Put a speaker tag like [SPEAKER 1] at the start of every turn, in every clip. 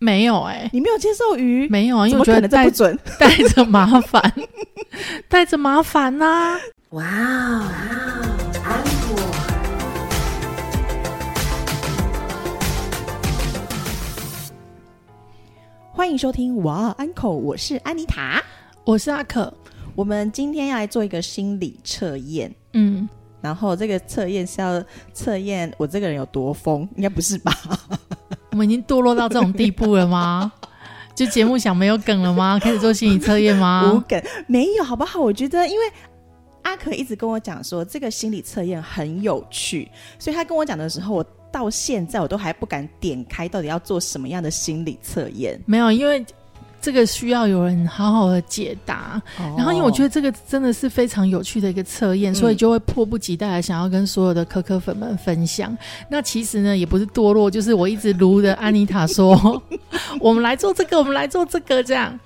[SPEAKER 1] 没有哎、
[SPEAKER 2] 你没有接受鱼，
[SPEAKER 1] 没有啊，因
[SPEAKER 2] 怎
[SPEAKER 1] 为
[SPEAKER 2] 么
[SPEAKER 1] 我
[SPEAKER 2] 可
[SPEAKER 1] 觉得
[SPEAKER 2] 能这
[SPEAKER 1] 带
[SPEAKER 2] 不准？
[SPEAKER 1] 带着麻烦，带着麻烦啊呐、
[SPEAKER 3] 哇哦，安果，
[SPEAKER 2] 欢迎收听哇安口，我是安妮塔。
[SPEAKER 1] 我是阿可，
[SPEAKER 2] 我们今天要来做一个心理测验，
[SPEAKER 1] 嗯，
[SPEAKER 2] 然后这个测验是要测验我这个人有多疯，应该不是吧？
[SPEAKER 1] 我们已经堕落到这种地步了吗？ 就节目想没有梗了吗？开始做心理测验
[SPEAKER 2] 无
[SPEAKER 1] 吗？
[SPEAKER 2] 梗没有，好不好？我觉得，因为阿可一直跟我讲说这个心理测验很有趣，所以他跟我讲的时候，我到现在我都还不敢点开，到底要做什么样的心理测验。
[SPEAKER 1] 没有，因为这个需要有人好好的解答。然后，因为
[SPEAKER 2] 哦
[SPEAKER 1] 我觉得这个真的是非常有趣的一个测验，
[SPEAKER 2] 嗯
[SPEAKER 1] 所以就会迫不及待的想要跟所有的可可粉们分享。那其实呢，也不是堕落，就是我一直撸的安妮塔说， 我们来做这个，我们来做这个，这样。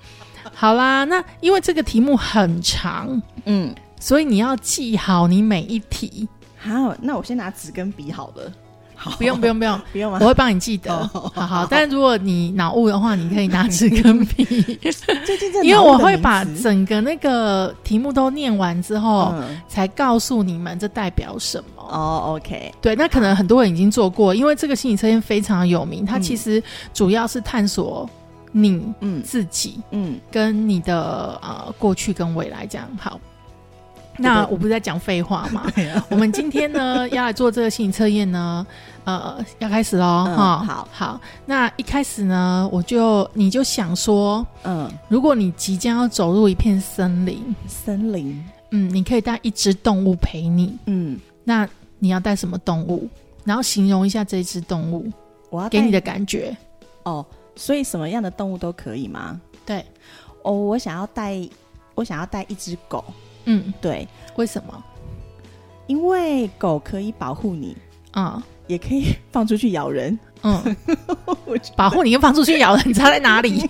[SPEAKER 1] 好啦，那因为这个题目很长，
[SPEAKER 2] 得，嗯，
[SPEAKER 1] 所以你要记好你每一题。
[SPEAKER 2] 好，那我先拿纸跟笔好了。好，
[SPEAKER 1] 不用，不用，不 用，
[SPEAKER 2] 不用吗
[SPEAKER 1] 我？会帮你记得。
[SPEAKER 2] 哦
[SPEAKER 1] 好好，但如果你脑雾的话，你可以拿纸跟 笔，
[SPEAKER 2] 最近真的
[SPEAKER 1] 因为
[SPEAKER 2] 脑雾
[SPEAKER 1] 我
[SPEAKER 2] 的
[SPEAKER 1] 会
[SPEAKER 2] 名
[SPEAKER 1] 把
[SPEAKER 2] 词
[SPEAKER 1] 整个那个题目都念完之后。
[SPEAKER 2] 嗯
[SPEAKER 1] 才告诉你们这代表什么。
[SPEAKER 2] 哦，OK，
[SPEAKER 1] 对，那可能很多人已经做过，因为这个心理测验非常有名，它其实主要是探索你
[SPEAKER 2] 嗯
[SPEAKER 1] 自己
[SPEAKER 2] 嗯，
[SPEAKER 1] 跟你的呃过去跟未来这样。好，那
[SPEAKER 2] 对
[SPEAKER 1] 我不是在讲废话 吗？
[SPEAKER 2] 啊
[SPEAKER 1] 我们今天呢要来做这个心理测验呢，呃，要开始喽
[SPEAKER 2] 嗯
[SPEAKER 1] 哈、
[SPEAKER 2] 好
[SPEAKER 1] 好，那一开始呢，我就你就想说，
[SPEAKER 2] 嗯，
[SPEAKER 1] 如果你即将要走入一片森林，
[SPEAKER 2] 森林，
[SPEAKER 1] 嗯，你可以带一只动物陪你，
[SPEAKER 2] 嗯，
[SPEAKER 1] 那你要带什么动物？然后形容一下这只动物
[SPEAKER 2] 我要
[SPEAKER 1] 给
[SPEAKER 2] 带
[SPEAKER 1] 你的感觉。
[SPEAKER 2] 哦，所以什么样的动物都可以吗？
[SPEAKER 1] 对，
[SPEAKER 2] 哦，我想要带，我想要带一只狗，
[SPEAKER 1] 嗯，
[SPEAKER 2] 对，
[SPEAKER 1] 为什么？
[SPEAKER 2] 因为狗可以保护你，
[SPEAKER 1] 啊、
[SPEAKER 2] 也可以放出去咬人。
[SPEAKER 1] 嗯， 保护你跟放出去咬人差在哪里？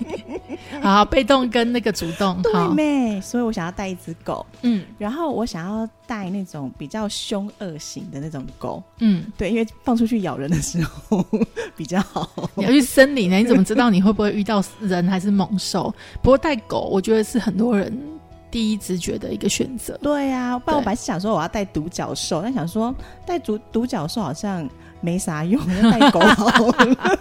[SPEAKER 1] 好，被动跟那个主动，
[SPEAKER 2] 对
[SPEAKER 1] 好，
[SPEAKER 2] 妹，所以我想要带一只狗，
[SPEAKER 1] 嗯
[SPEAKER 2] 然后我想要带那种比较凶恶型的那种狗，
[SPEAKER 1] 嗯，
[SPEAKER 2] 对，因为放出去咬人的时候 比较好。
[SPEAKER 1] 你要去森林呢，你怎么知道你会不会遇到人还是猛兽？不过带狗，我觉得是很多人第一直觉的一个选择。
[SPEAKER 2] 对呀、不然我
[SPEAKER 1] 对
[SPEAKER 2] 本来是想说我要带独角兽，但想说带独独角兽好像没啥 用，要带狗好了。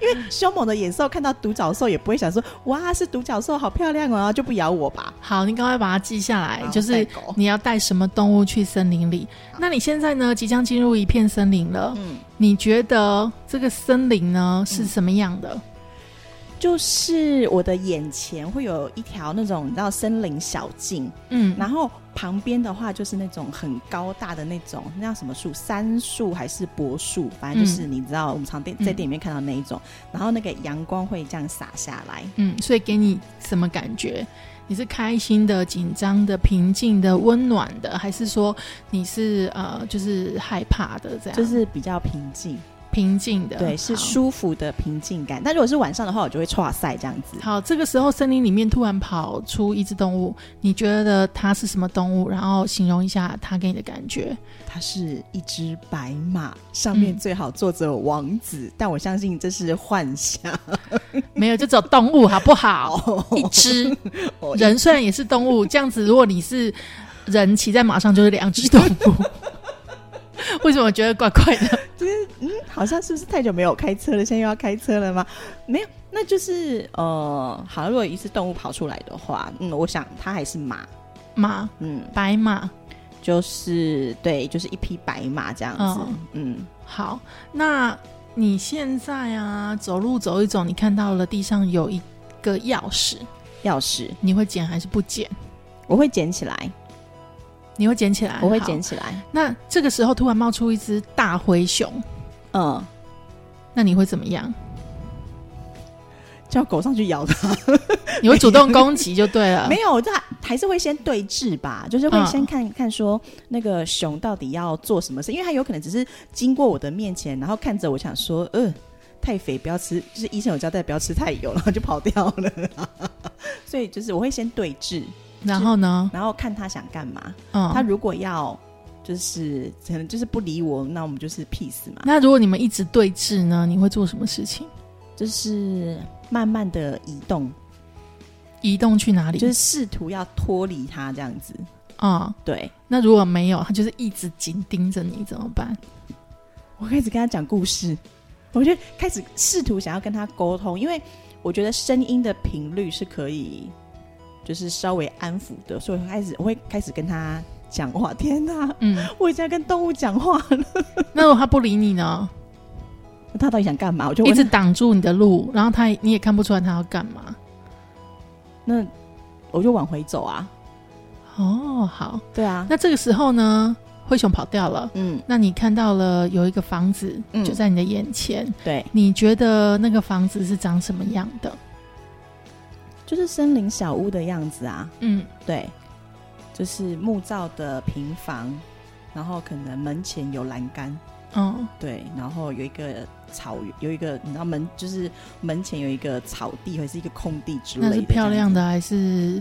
[SPEAKER 2] 因为凶猛的野兽看到独角兽也不会想说哇是独角兽好漂亮哦，就不咬我吧。
[SPEAKER 1] 好，你赶快把它记下来，
[SPEAKER 2] 好
[SPEAKER 1] 就是
[SPEAKER 2] 带狗，
[SPEAKER 1] 你要带什么动物去森林里？那你现在呢，即将进入一片森林了。
[SPEAKER 2] 嗯，
[SPEAKER 1] 你觉得这个森林呢是什么样的？
[SPEAKER 2] 就是我的眼前会有一条那种你知道森林小径，
[SPEAKER 1] 嗯，
[SPEAKER 2] 然后旁边的话就是那种很高大的那种，那叫什么树？杉树还是柏树？反正就是你知道，我们常店在店里面看到那一种。然后那个阳光会这样洒下来，
[SPEAKER 1] 嗯，所以给你什么感觉？你是开心的、紧张的、平静的、温暖的，还是说你是呃，就是害怕的这样？
[SPEAKER 2] 就是比较平静，
[SPEAKER 1] 平静的，
[SPEAKER 2] 对，是
[SPEAKER 1] 好
[SPEAKER 2] 舒服的平静感。但如果是晚上的话，我就会唰晒这样子。
[SPEAKER 1] 好，这个时候森林里面突然跑出一只动物，你觉得它是什么动物？然后形容一下它给你的感觉。
[SPEAKER 2] 它是一只白马，上面
[SPEAKER 1] 嗯
[SPEAKER 2] 最好坐着王子，但我相信这是幻 想。
[SPEAKER 1] 没有，就只有动物，好不 好？一只
[SPEAKER 2] 哦
[SPEAKER 1] 人虽然也是动物，这样子如果你是人骑在马上就是两只动物。 为什么觉得怪怪的？
[SPEAKER 2] 好像是不是太久没有开车了？现在又要开车了吗？没有，那就是呃，好了，如果一只动物跑出来的话，嗯，我想它还是马，
[SPEAKER 1] 马，
[SPEAKER 2] 嗯，
[SPEAKER 1] 白马。
[SPEAKER 2] 就是对，就是一匹白马这样子，
[SPEAKER 1] 嗯
[SPEAKER 2] 嗯，
[SPEAKER 1] 好，那你现在啊，走路走一走，你看到了地上有一个钥匙，
[SPEAKER 2] 钥匙
[SPEAKER 1] 你会捡还是不捡？
[SPEAKER 2] 我会捡起来，
[SPEAKER 1] 你会捡起来，
[SPEAKER 2] 我会
[SPEAKER 1] 啊好
[SPEAKER 2] 捡。起来，
[SPEAKER 1] 那这个时候突然冒出一只大灰熊，
[SPEAKER 2] 嗯，
[SPEAKER 1] 那你会怎么样？
[SPEAKER 2] 叫狗上去咬它，
[SPEAKER 1] 你会主动攻击就对了。
[SPEAKER 2] 没有，这还还是会先对峙吧，就是会
[SPEAKER 1] 嗯
[SPEAKER 2] 先看、看说那个熊到底要做什么事，因为它有可能只是经过我的面前，然后看着我想说，呃，太肥不要吃，就是医生有交代不要吃太油，然后就跑掉了。 所以就是我会先对峙，
[SPEAKER 1] 然后呢？
[SPEAKER 2] 然后看他想干嘛。
[SPEAKER 1] 嗯，
[SPEAKER 2] 他如果要就是可能就是不理我，那我们就是 peace 嘛。
[SPEAKER 1] 那如果你们一直对峙呢，你会做什么事情？
[SPEAKER 2] 就是慢慢的移动，
[SPEAKER 1] 移动去哪里？
[SPEAKER 2] 就是试图要脱离它这样子。
[SPEAKER 1] 啊、
[SPEAKER 2] 对
[SPEAKER 1] 那如果没有，他就是一直紧盯着你怎么办？
[SPEAKER 2] 我开始跟他讲故事，我就开始试图想要跟他沟通，因为我觉得声音的频率是可以，就是稍微安抚的，所以我开始我会开始跟他讲话。天哪，
[SPEAKER 1] 嗯，
[SPEAKER 2] 我已经在跟动物讲话了，
[SPEAKER 1] 那如果他不理你 呢？
[SPEAKER 2] 他到底想干嘛？我就
[SPEAKER 1] 一
[SPEAKER 2] 问
[SPEAKER 1] 直
[SPEAKER 2] 他
[SPEAKER 1] 挡住你的路，然后他也你也看不出来他要干嘛。
[SPEAKER 2] 那我就往回走啊。
[SPEAKER 1] 哦，好，
[SPEAKER 2] 对啊，
[SPEAKER 1] 那这个时候呢，灰熊跑掉了。
[SPEAKER 2] 嗯，
[SPEAKER 1] 那你看到了有一个房子
[SPEAKER 2] 嗯
[SPEAKER 1] 就在你的眼前，
[SPEAKER 2] 对，
[SPEAKER 1] 你觉得那个房子是长什么样的？
[SPEAKER 2] 就是森林小屋的样子啊。
[SPEAKER 1] 嗯，
[SPEAKER 2] 对，就是木造的平房，然后可能门前有栏杆，
[SPEAKER 1] 哦，
[SPEAKER 2] 对，然后有一个草原，有一个你知道门就是门前有一个草地，还是一个空地之类
[SPEAKER 1] 那
[SPEAKER 2] 的，
[SPEAKER 1] 是漂亮
[SPEAKER 2] 这
[SPEAKER 1] 的
[SPEAKER 2] 样
[SPEAKER 1] 还是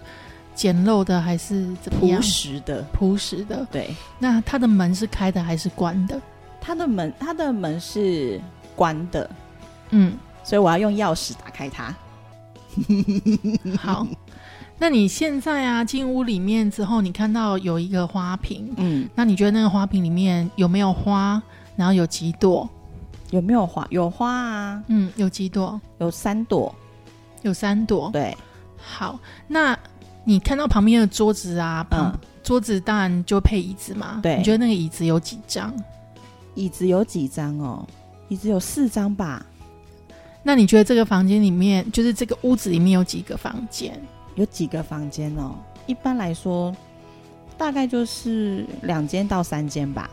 [SPEAKER 1] 简陋的还是怎
[SPEAKER 2] 子，
[SPEAKER 1] 么样
[SPEAKER 2] 朴？实的，
[SPEAKER 1] 朴实的。
[SPEAKER 2] 对，
[SPEAKER 1] 那它的门是开的还是关的？
[SPEAKER 2] 它的门它的门是关的，
[SPEAKER 1] 嗯，
[SPEAKER 2] 所以我要用钥匙打开它。
[SPEAKER 1] 好。那你现在啊，进屋里面之后，你看到有一个花瓶，
[SPEAKER 2] 嗯，
[SPEAKER 1] 那你觉得那个花瓶里面有没有花？然后有几朵？
[SPEAKER 2] 有没有花？有花啊，
[SPEAKER 1] 嗯，有几朵？
[SPEAKER 2] 有三朵，
[SPEAKER 1] 有三朵。
[SPEAKER 2] 对，
[SPEAKER 1] 好，那你看到旁边的桌子啊，旁、
[SPEAKER 2] 嗯
[SPEAKER 1] 桌子当然就配椅子嘛。
[SPEAKER 2] 对
[SPEAKER 1] 你觉得那个椅子有几张？
[SPEAKER 2] 椅子有几张哦？椅子有四张吧，
[SPEAKER 1] 那你觉得这个房间里面，就是这个屋子里面有几个房间？
[SPEAKER 2] 有几个房间哦？一般来说，大概就是两间到三间吧。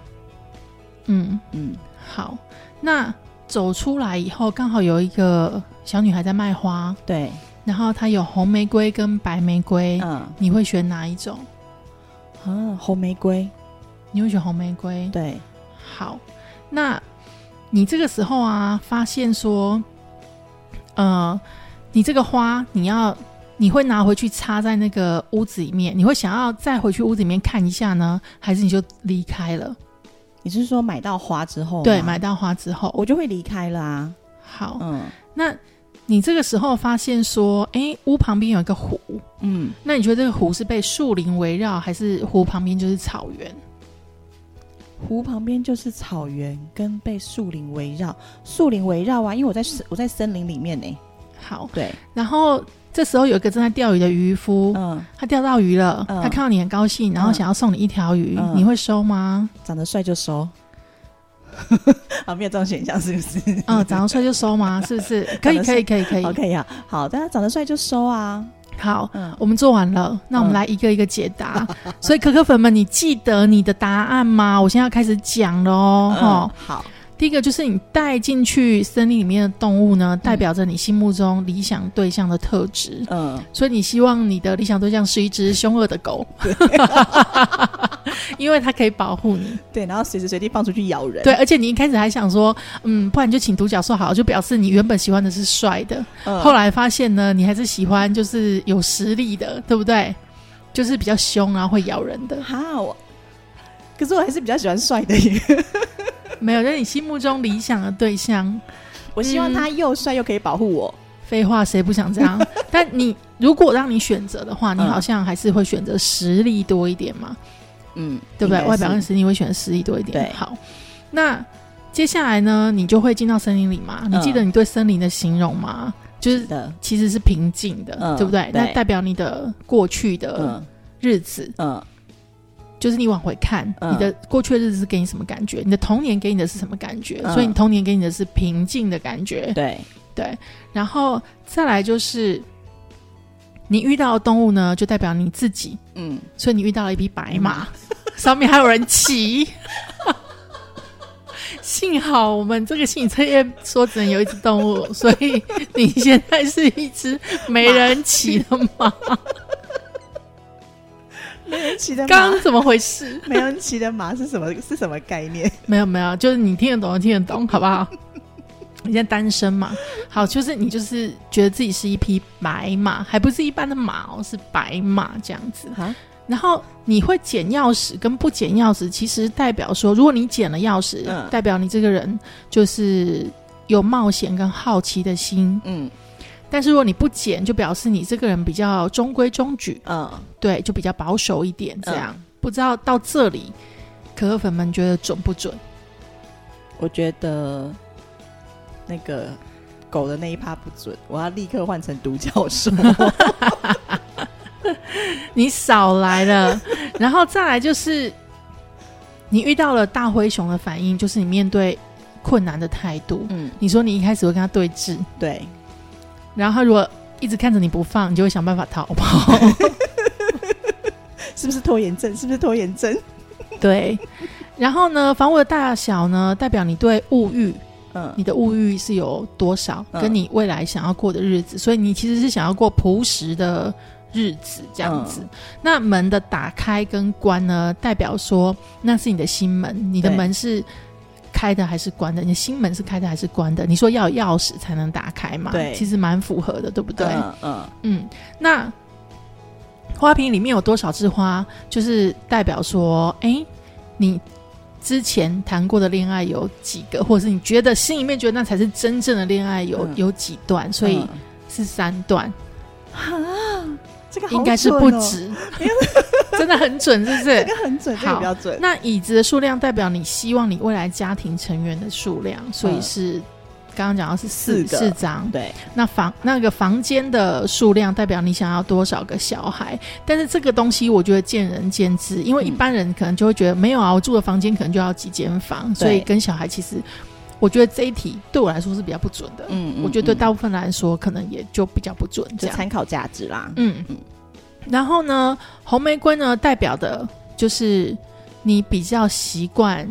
[SPEAKER 1] 嗯，
[SPEAKER 2] 嗯，
[SPEAKER 1] 好，那走出来以后，刚好有一个小女孩在卖花，
[SPEAKER 2] 对，
[SPEAKER 1] 然后她有红玫瑰跟白玫瑰，
[SPEAKER 2] 嗯，
[SPEAKER 1] 你会选哪一种？
[SPEAKER 2] 啊，红玫瑰，
[SPEAKER 1] 你会选红玫瑰？
[SPEAKER 2] 对，
[SPEAKER 1] 好，那你这个时候啊，发现说，呃，你这个花你要你会拿回去插在那个屋子里面，你会想要再回去屋子里面看一下呢，还是你就离开了？
[SPEAKER 2] 你是说买到花之后？
[SPEAKER 1] 对，买，哦到花之后，
[SPEAKER 2] 我就会离开了啊。
[SPEAKER 1] 好，
[SPEAKER 2] 嗯
[SPEAKER 1] 那你这个时候发现说，诶，屋旁边有一个湖，
[SPEAKER 2] 嗯，
[SPEAKER 1] 那你觉得这个湖是被树林围绕，还是湖旁边就是草原？
[SPEAKER 2] 湖旁边就是草原，跟被树林围绕，树林围绕啊，因为我在森我在森林里面呢、
[SPEAKER 1] 好，
[SPEAKER 2] 对，
[SPEAKER 1] 然后这时候有一个正在钓鱼的渔夫，
[SPEAKER 2] 嗯，
[SPEAKER 1] 他钓到鱼了，
[SPEAKER 2] 嗯
[SPEAKER 1] 他看到你很高兴，然后想要送你一条鱼，
[SPEAKER 2] 嗯
[SPEAKER 1] 你会收吗？
[SPEAKER 2] 长得帅就收。 啊，没有这种选项是不是？
[SPEAKER 1] 嗯，长得帅就收 吗？是不是？可以，
[SPEAKER 2] 长得
[SPEAKER 1] 可
[SPEAKER 2] 帅
[SPEAKER 1] 以，可以，可以。
[SPEAKER 2] 好，可以啊。好，大家长得帅就收啊。
[SPEAKER 1] 好，
[SPEAKER 2] 嗯，
[SPEAKER 1] 我们做完了，那我们
[SPEAKER 2] 嗯
[SPEAKER 1] 来一个一个解答。所以可可粉们，你记得你的答案吗？我现在要开始讲了哦。
[SPEAKER 2] 嗯
[SPEAKER 1] 哈、
[SPEAKER 2] 好，
[SPEAKER 1] 第一个就是你带进去森林里面的动物呢，代表着你心目中理想对象的特质。
[SPEAKER 2] 嗯，
[SPEAKER 1] 所以你希望你的理想对象是一只凶恶的狗， 因为它可以保护你。
[SPEAKER 2] 对，然后随时随地放出去咬人。
[SPEAKER 1] 对，，而且你一开始还想说，嗯，不然你就请独角兽好了，就表示你原本喜欢的是帅的，
[SPEAKER 2] 嗯，
[SPEAKER 1] 后来发现呢，你还是喜欢就是有实力的，对不对？就是比较凶然后会咬人的
[SPEAKER 2] 哈我，可是我还是比较喜欢帅的耶。
[SPEAKER 1] 没有，就是你心目中理想的对象。
[SPEAKER 2] 我希望他
[SPEAKER 1] 嗯
[SPEAKER 2] 又帅又可以保护我。
[SPEAKER 1] 废话，谁不想这 样？但你如果让你选择的话，你
[SPEAKER 2] 嗯
[SPEAKER 1] 好像还是会选择实力多一点嘛，
[SPEAKER 2] 嗯，
[SPEAKER 1] 对不对？
[SPEAKER 2] 应该是
[SPEAKER 1] 外表跟实力你会选择实力多一点。
[SPEAKER 2] 对
[SPEAKER 1] 好，那接下来呢，你就会进到森林里嘛？
[SPEAKER 2] 嗯
[SPEAKER 1] 你记得你对森林的形容吗？就是
[SPEAKER 2] 的，
[SPEAKER 1] 其实是平静的，
[SPEAKER 2] 嗯
[SPEAKER 1] 对不对？
[SPEAKER 2] 对
[SPEAKER 1] 那代表你的过去的
[SPEAKER 2] 嗯
[SPEAKER 1] 日子，
[SPEAKER 2] 嗯
[SPEAKER 1] 就是你往回看，
[SPEAKER 2] 嗯
[SPEAKER 1] 你的过去的日子是给你什么感觉？你的童年给你的是什么感觉？
[SPEAKER 2] 嗯
[SPEAKER 1] 所以你童年给你的是平静的感觉，
[SPEAKER 2] 对，
[SPEAKER 1] 对。然后再来就是你遇到的动物呢，就代表你自己，
[SPEAKER 2] 嗯，
[SPEAKER 1] 所以你遇到了一匹白马， 上面还有人骑。幸好我们这个心理测验说只能有一只动物，所以你现在是一只没人骑的马。
[SPEAKER 2] 没人骑的
[SPEAKER 1] 刚
[SPEAKER 2] 马，
[SPEAKER 1] 刚怎么回事？
[SPEAKER 2] 没人骑的马是什么？是什么概念？
[SPEAKER 1] 没有没有，就是你听得懂就听得懂，好不好？你现在单身嘛？好，就是你就是觉得自己是一匹白马，还不是一般的马哦，是白马这样子。
[SPEAKER 2] 哈，
[SPEAKER 1] 然后你会捡钥匙跟不捡钥匙，其实代表说，如果你捡了钥匙，
[SPEAKER 2] 嗯
[SPEAKER 1] 代表你这个人就是有冒险跟好奇的心，
[SPEAKER 2] 嗯
[SPEAKER 1] 但是如果你不减，就表示你这个人比较中规中矩，
[SPEAKER 2] 嗯，
[SPEAKER 1] 对，就比较保守一点。这样、不知道到这里，可可粉们觉得准不准？
[SPEAKER 2] 我觉得那个狗的那一趴不准，我要立刻换成独角兽。
[SPEAKER 1] 你少来了， 然后再来就是你遇到了大灰熊的反应，就是你面对困难的态度。
[SPEAKER 2] 嗯，
[SPEAKER 1] 你说你一开始会跟他对峙，
[SPEAKER 2] 对，
[SPEAKER 1] 然后他如果一直看着你不放，你就会想办法逃跑。
[SPEAKER 2] 是不是拖延症？是不是拖延症？
[SPEAKER 1] 对，然后呢，房屋的大小呢，代表你对物欲，
[SPEAKER 2] 嗯
[SPEAKER 1] 你的物欲是有多少，
[SPEAKER 2] 嗯
[SPEAKER 1] 跟你未来想要过的日子，所以你其实是想要过朴实的日子这样
[SPEAKER 2] 嗯
[SPEAKER 1] 子。那门的打开跟关呢，代表说那是你的心门，你的
[SPEAKER 2] 对
[SPEAKER 1] 门是。开的还是关的？你的心门是开的还是关的？你说要有钥匙才能打开嘛？
[SPEAKER 2] 对
[SPEAKER 1] 其实蛮符合的，对不对？
[SPEAKER 2] 嗯嗯
[SPEAKER 1] 嗯，那花瓶里面有多少枝花，就是代表说，哎、你之前谈过的恋爱有几个，或者是你觉得心里面觉得那才是真正的恋爱有、
[SPEAKER 2] 嗯
[SPEAKER 1] 有几段，所以
[SPEAKER 2] 嗯
[SPEAKER 1] 是三段，
[SPEAKER 2] 啊，这个好
[SPEAKER 1] 应该是
[SPEAKER 2] 准
[SPEAKER 1] 不
[SPEAKER 2] 哦，
[SPEAKER 1] 止， 真的很准，是不
[SPEAKER 2] 这
[SPEAKER 1] 是？
[SPEAKER 2] 个很准，这个
[SPEAKER 1] 好
[SPEAKER 2] 比较准。
[SPEAKER 1] 那椅子的数量代表你希望你未来家庭成员的数量，所以
[SPEAKER 2] 嗯
[SPEAKER 1] 是。刚刚讲到是四
[SPEAKER 2] 四个
[SPEAKER 1] 四张，
[SPEAKER 2] 对，
[SPEAKER 1] 那房那个房间的数量代表你想要多少个小孩，但是这个东西我觉得见仁见智，因为
[SPEAKER 2] 嗯
[SPEAKER 1] 一般人可能就会觉得、没有啊，我住的房间可能就要几间房，所以跟小孩其实我觉得这一题对我来说是比较不准的，
[SPEAKER 2] 嗯
[SPEAKER 1] 我觉得对
[SPEAKER 2] 嗯
[SPEAKER 1] 大部分人来说可能也就比较不准这
[SPEAKER 2] 就
[SPEAKER 1] 样，
[SPEAKER 2] 参考价值啦。
[SPEAKER 1] 嗯
[SPEAKER 2] 嗯
[SPEAKER 1] 然后呢，红玫瑰呢代表的就是你比较习惯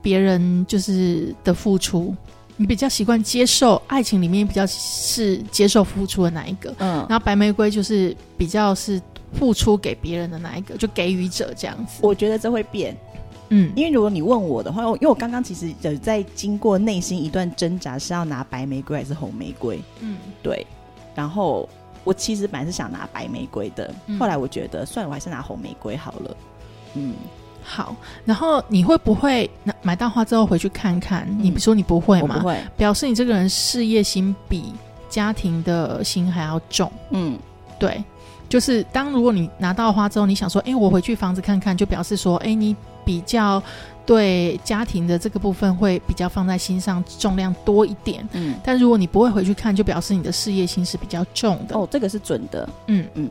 [SPEAKER 1] 别人就是的付出，你比较习惯接受爱情里面比较是接受付出的那一个，
[SPEAKER 2] 嗯，
[SPEAKER 1] 然后白玫瑰就是比较是付出给别人的那一个，就给予者这样子。
[SPEAKER 2] 我觉得这会变，
[SPEAKER 1] 嗯
[SPEAKER 2] 因为如果你问我的话，我因为我刚刚其实有在经过内心一段挣扎，是要拿白玫瑰还是红玫瑰？
[SPEAKER 1] 嗯，
[SPEAKER 2] 对，然后我其实本来是想拿白玫瑰的，
[SPEAKER 1] 嗯
[SPEAKER 2] 后来我觉得算了，我还是拿红玫瑰好了。嗯，
[SPEAKER 1] 好。然后你会不会拿买到花之后回去看看？你说你不会
[SPEAKER 2] 嗯我
[SPEAKER 1] 吗？
[SPEAKER 2] 不会，
[SPEAKER 1] 表示你这个人事业心比家庭的心还要重。
[SPEAKER 2] 嗯，
[SPEAKER 1] 对，就是当如果你拿到花之后，你想说，哎、我回去房子看看，就表示说，哎、你比较对家庭的这个部分会比较放在心上，重量多一点。
[SPEAKER 2] 嗯，
[SPEAKER 1] 但如果你不会回去看，就表示你的事业心是比较重的。
[SPEAKER 2] 哦，这个是准的，
[SPEAKER 1] 嗯
[SPEAKER 2] 嗯。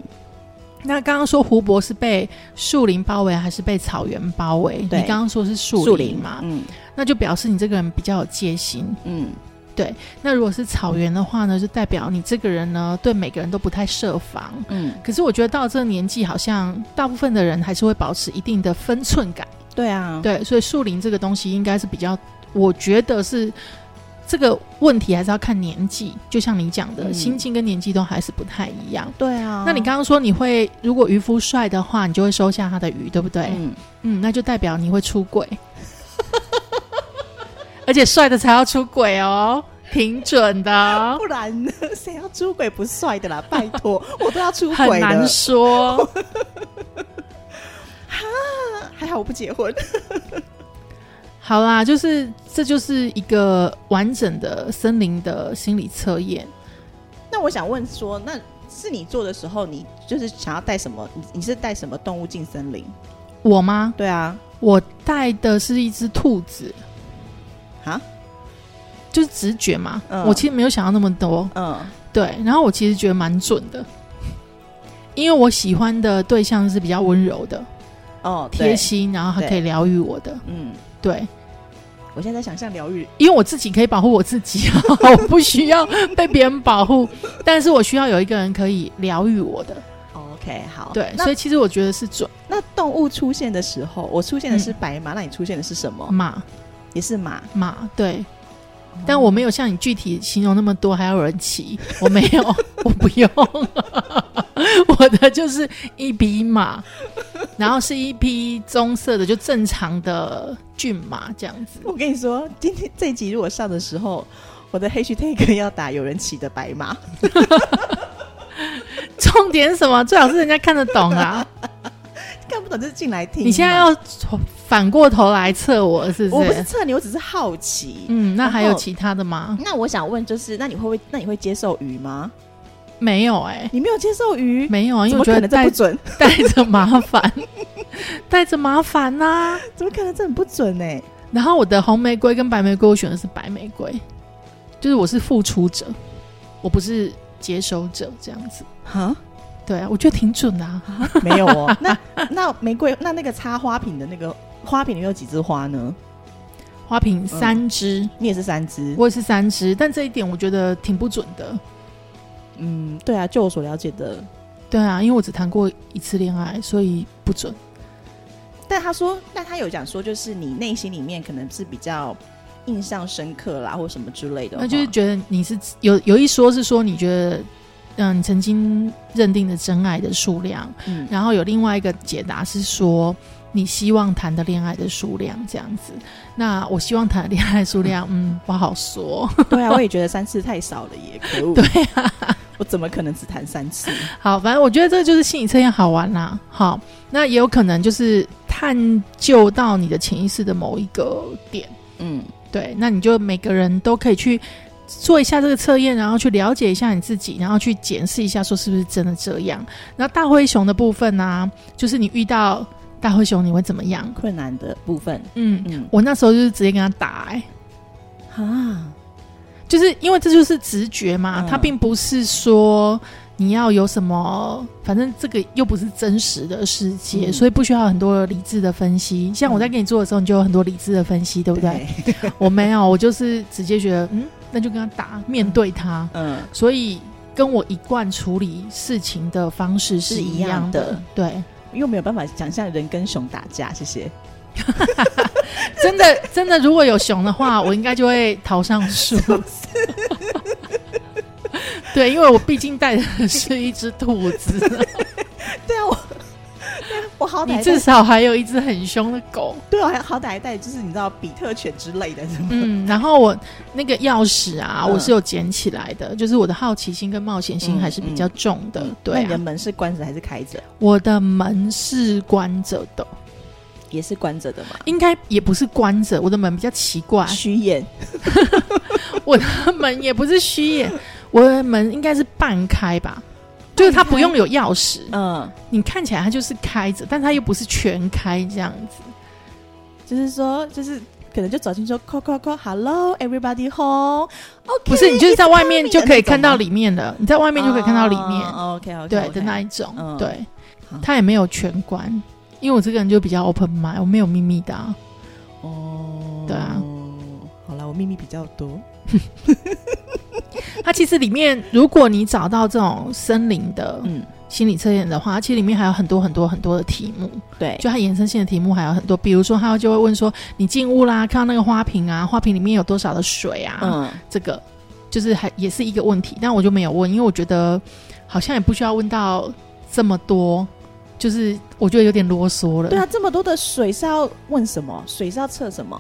[SPEAKER 1] 那刚刚说湖泊是被树林包围还是被草原包围？你
[SPEAKER 2] 对
[SPEAKER 1] 刚刚说是树林嘛，
[SPEAKER 2] 嗯
[SPEAKER 1] 那就表示你这个人比较有戒心。
[SPEAKER 2] 嗯，
[SPEAKER 1] 那如果是草原的话呢，就代表你这个人呢对每个人都不太设防。
[SPEAKER 2] 嗯，
[SPEAKER 1] 可是我觉得到了这个年纪，好像大部分的人还是会保持一定的分寸感。
[SPEAKER 2] 对啊，
[SPEAKER 1] 对，所以树龄这个东西应该是比较，我觉得是这个问题还是要看年纪。就像你讲的，
[SPEAKER 2] 嗯
[SPEAKER 1] 心境跟年纪都还是不太一样。
[SPEAKER 2] 对啊。
[SPEAKER 1] 那你刚刚说你会，如果渔夫帅的话，你就会收下他的鱼，对不对？嗯
[SPEAKER 2] 嗯，
[SPEAKER 1] 那就代表你会出轨， 而且帅的才要出轨哦，挺准的哦、
[SPEAKER 2] 不然呢？谁要出轨不帅的啦？拜 托，我都要出
[SPEAKER 1] 很
[SPEAKER 2] 轨
[SPEAKER 1] 难
[SPEAKER 2] 了，
[SPEAKER 1] 说。
[SPEAKER 2] 还好我不结婚。
[SPEAKER 1] 好啦，就是这就是一个完整的森林的心理测验。
[SPEAKER 2] 那我想问说，那是你做的时候，你就是想要带什么？你你是带什么动物进森林？
[SPEAKER 1] 我吗？
[SPEAKER 2] 对啊，
[SPEAKER 1] 我带的是一只兔子，
[SPEAKER 2] 啊，
[SPEAKER 1] 就是直觉嘛。
[SPEAKER 2] 嗯
[SPEAKER 1] 我其实没有想到那么多，
[SPEAKER 2] 嗯
[SPEAKER 1] 对。然后我其实觉得蛮准的，因为我喜欢的对象是比较温柔的、
[SPEAKER 2] 哦，
[SPEAKER 1] 贴
[SPEAKER 2] 对，
[SPEAKER 1] 心，然后还
[SPEAKER 2] 对
[SPEAKER 1] 可以疗愈我的，
[SPEAKER 2] 嗯，
[SPEAKER 1] 对。
[SPEAKER 2] 我现在在想象疗愈，
[SPEAKER 1] 因为我自己可以保护我自己，啊 我不需要被别人保护，但是我需要有一个人可以疗愈我的，
[SPEAKER 2] 哦 OK，好，
[SPEAKER 1] 对。
[SPEAKER 2] 那
[SPEAKER 1] 所以其实我觉得是准
[SPEAKER 2] 那动物出现的时候，我出
[SPEAKER 1] 嗯
[SPEAKER 2] 现的是白马，那你出现的是什么？
[SPEAKER 1] 嘛。
[SPEAKER 2] 也是马。
[SPEAKER 1] 马，对。嗯但我没有像你具体形容那么多，还有人骑，我没有， 我不用，我的就是一匹马，然后是一匹棕色的，就正常的骏马这样子。
[SPEAKER 2] 我跟你说，今天这一集如果上的时候，我的 hashtag 要打有人骑的白马。
[SPEAKER 1] 重 点是什么？最好是人家看得懂啊！
[SPEAKER 2] 看不懂就是进来听嘛。
[SPEAKER 1] 你现在要反过头来测我，是不
[SPEAKER 2] 我不是
[SPEAKER 1] 是？
[SPEAKER 2] 测你，我只是好奇。
[SPEAKER 1] 嗯，那还有
[SPEAKER 2] 然后
[SPEAKER 1] 其他的吗？
[SPEAKER 2] 那我想问，就是那你会不会？那你会接受鱼吗？
[SPEAKER 1] 没有哎、
[SPEAKER 2] 你没有接受鱼，
[SPEAKER 1] 没有啊，因为
[SPEAKER 2] 怎么
[SPEAKER 1] 我觉得
[SPEAKER 2] 可能这
[SPEAKER 1] 带
[SPEAKER 2] 不准？
[SPEAKER 1] 带 着麻烦， 带着麻烦啊呐、
[SPEAKER 2] 怎么可能这很不准呢、
[SPEAKER 1] 然后我的红玫瑰跟白玫瑰，我选的是白玫瑰，就是我是付出者，我不是接收者，这样子。
[SPEAKER 2] 哈，
[SPEAKER 1] 对啊，我觉得挺准的啊。
[SPEAKER 2] 没有 哦。那那玫瑰，那那个插花瓶的那个花瓶里面有几枝花呢？
[SPEAKER 1] 花瓶三支，
[SPEAKER 2] 你也是三枝。
[SPEAKER 1] 我也是三支，但这一点我觉得挺不准的。
[SPEAKER 2] 嗯，对啊，就我所了解的。
[SPEAKER 1] 对啊，因为我只谈过一次恋爱，所以不准。
[SPEAKER 2] 但他说，但他有讲说，就是你内心里面可能是比较印象深刻啦，或什么之类的话。
[SPEAKER 1] 那就是觉得你是有有一说是说你觉得，嗯、你曾经认定的真爱的数量，
[SPEAKER 2] 嗯，
[SPEAKER 1] 然后有另外一个解答是说你希望谈的恋爱的数量这样子。那我希望谈的恋爱数量，嗯，不好说。
[SPEAKER 2] 对啊，我也觉得三次太少了耶，可恶！
[SPEAKER 1] 对啊，
[SPEAKER 2] 我怎么可能只谈三次？
[SPEAKER 1] 好，反正我觉得这个就是心理测验好玩啦。好，那也有可能就是探究到你的潜意识的某一个点。
[SPEAKER 2] 嗯，
[SPEAKER 1] 对，那你就每个人都可以去做一下这个测验，然后去了解一下你自己，然后去检视一下说是不是真的这样。那大灰熊的部分呢、就是你遇到大灰熊你会怎么样？
[SPEAKER 2] 困难的部分，
[SPEAKER 1] 嗯，
[SPEAKER 2] 嗯
[SPEAKER 1] 我那时候就是直接跟他打、欸，
[SPEAKER 2] 啊，
[SPEAKER 1] 就是因为这就是直觉嘛，
[SPEAKER 2] 嗯
[SPEAKER 1] 它并不是说。你要有什么？反正这个又不是真实的世界，
[SPEAKER 2] 嗯
[SPEAKER 1] 所以不需要很多理智的分析。像我在给你做的时候，你就有很多理智的分析，对不对？
[SPEAKER 2] 对，
[SPEAKER 1] 我没有，我就是直接觉得，嗯，那就跟他打，面对他。
[SPEAKER 2] 嗯，
[SPEAKER 1] 所以跟我一贯处理事情的方式是一样的，
[SPEAKER 2] 是一样的
[SPEAKER 1] 对，
[SPEAKER 2] 因为没有办法想象人跟熊打架，谢谢。
[SPEAKER 1] 真的真的，如果有熊的话，我应该就会逃上 树。 对，因为我毕竟带的是一只兔 子，
[SPEAKER 2] 对啊，我 对啊我好歹
[SPEAKER 1] 你
[SPEAKER 2] 还
[SPEAKER 1] 至
[SPEAKER 2] 带
[SPEAKER 1] 少还有一只很凶的狗。
[SPEAKER 2] 对我还好歹还带就是你知道比特犬之类的什么，
[SPEAKER 1] 嗯，然后我那个钥匙啊，
[SPEAKER 2] 嗯
[SPEAKER 1] 我是有捡起来的，就是我的好奇心跟冒险心
[SPEAKER 2] 嗯
[SPEAKER 1] 还是比较重的。
[SPEAKER 2] 那
[SPEAKER 1] 对、
[SPEAKER 2] 你的
[SPEAKER 1] 啊，
[SPEAKER 2] 门是关着还是开着？
[SPEAKER 1] 我的门是关着的，
[SPEAKER 2] 也是关着的嘛。
[SPEAKER 1] 应该也不是关着，我的门比较奇怪，
[SPEAKER 2] 虚掩，
[SPEAKER 1] 我的 门也不是虚掩，我的门应该是半开吧，就是它不用有钥匙，
[SPEAKER 2] 嗯，
[SPEAKER 1] 你看起来它就是开着，但它又不是全开这样子。
[SPEAKER 2] 就是说，就是可能就走进说 call call call，hello everybody home，OK，
[SPEAKER 1] 不是，你就是在外面就可以看到
[SPEAKER 2] 里
[SPEAKER 1] 里面了，你在外面就可以看到里面，
[SPEAKER 2] OK OK，
[SPEAKER 1] 对的那一种，
[SPEAKER 2] 哦嗯
[SPEAKER 1] 对
[SPEAKER 2] 好，
[SPEAKER 1] 它也没有全关，因为我这个人就比较 open mind，我没有秘密的、啊，
[SPEAKER 2] 哦，
[SPEAKER 1] 对啊，
[SPEAKER 2] 好啦，我秘密比较多，
[SPEAKER 1] 它其实里面如果你找到这种森林的
[SPEAKER 2] 嗯，
[SPEAKER 1] 心理测验的话，它其实里面还有很多很多很多的题目，
[SPEAKER 2] 对，
[SPEAKER 1] 就它衍生性的题目还有很多，比如说它就会问说，你进屋啦，看到那个花瓶啊，花瓶里面有多少的水啊？
[SPEAKER 2] 嗯，
[SPEAKER 1] 这个就是还也是一个问题，但我就没有问，因为我觉得好像也不需要问到这么多，就是我觉得有点啰嗦了。
[SPEAKER 2] 对啊，这么多的水是要问什么？水是要测什么？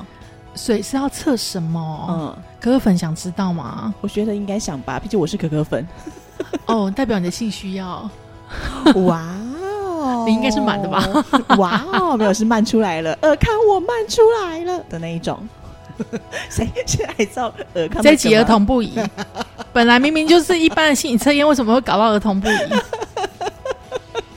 [SPEAKER 1] 水是要测什么？
[SPEAKER 2] 嗯，
[SPEAKER 1] 可可粉想知道吗？
[SPEAKER 2] 我觉得应该想吧，毕竟我是可可粉。
[SPEAKER 1] 哦，代表你的性需要。
[SPEAKER 2] 哇 哦
[SPEAKER 1] 你应该是满的吧？
[SPEAKER 2] 哇哦，没有，是漫出来了，尔康我漫出来了的那一 种。谁谁还知道尔康？
[SPEAKER 1] 这集儿，童不 宜，本来明明就是一般的心理测验，为什么会搞到儿童不宜？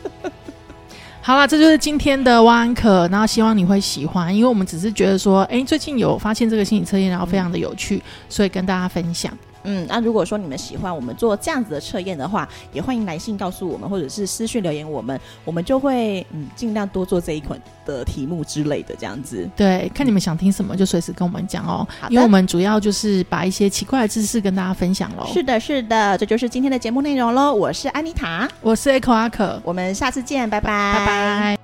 [SPEAKER 1] 好啦，这就是今天的挖安可，然后希望你会喜欢，因为我们只是觉得说，哎、最近有发现这个心理测验，然后非常的有趣，所以跟大家分享。
[SPEAKER 2] 嗯，那如果说你们喜欢我们做这样子的测验的话，也欢迎来信告诉我们，或者是私讯留言我们，我们就会嗯尽量多做这一款的题目之类的这样子。
[SPEAKER 1] 对，看你们想听什么就随时跟我们讲哦
[SPEAKER 2] 好，的
[SPEAKER 1] 因为我们主要就是把一些奇怪的知识跟大家分享喽。
[SPEAKER 2] 是的，是的，这就是今天的节目内容喽。我是安妮塔，
[SPEAKER 1] 我是 Echo 阿可，
[SPEAKER 2] 我们下次见，拜拜，
[SPEAKER 1] 拜拜。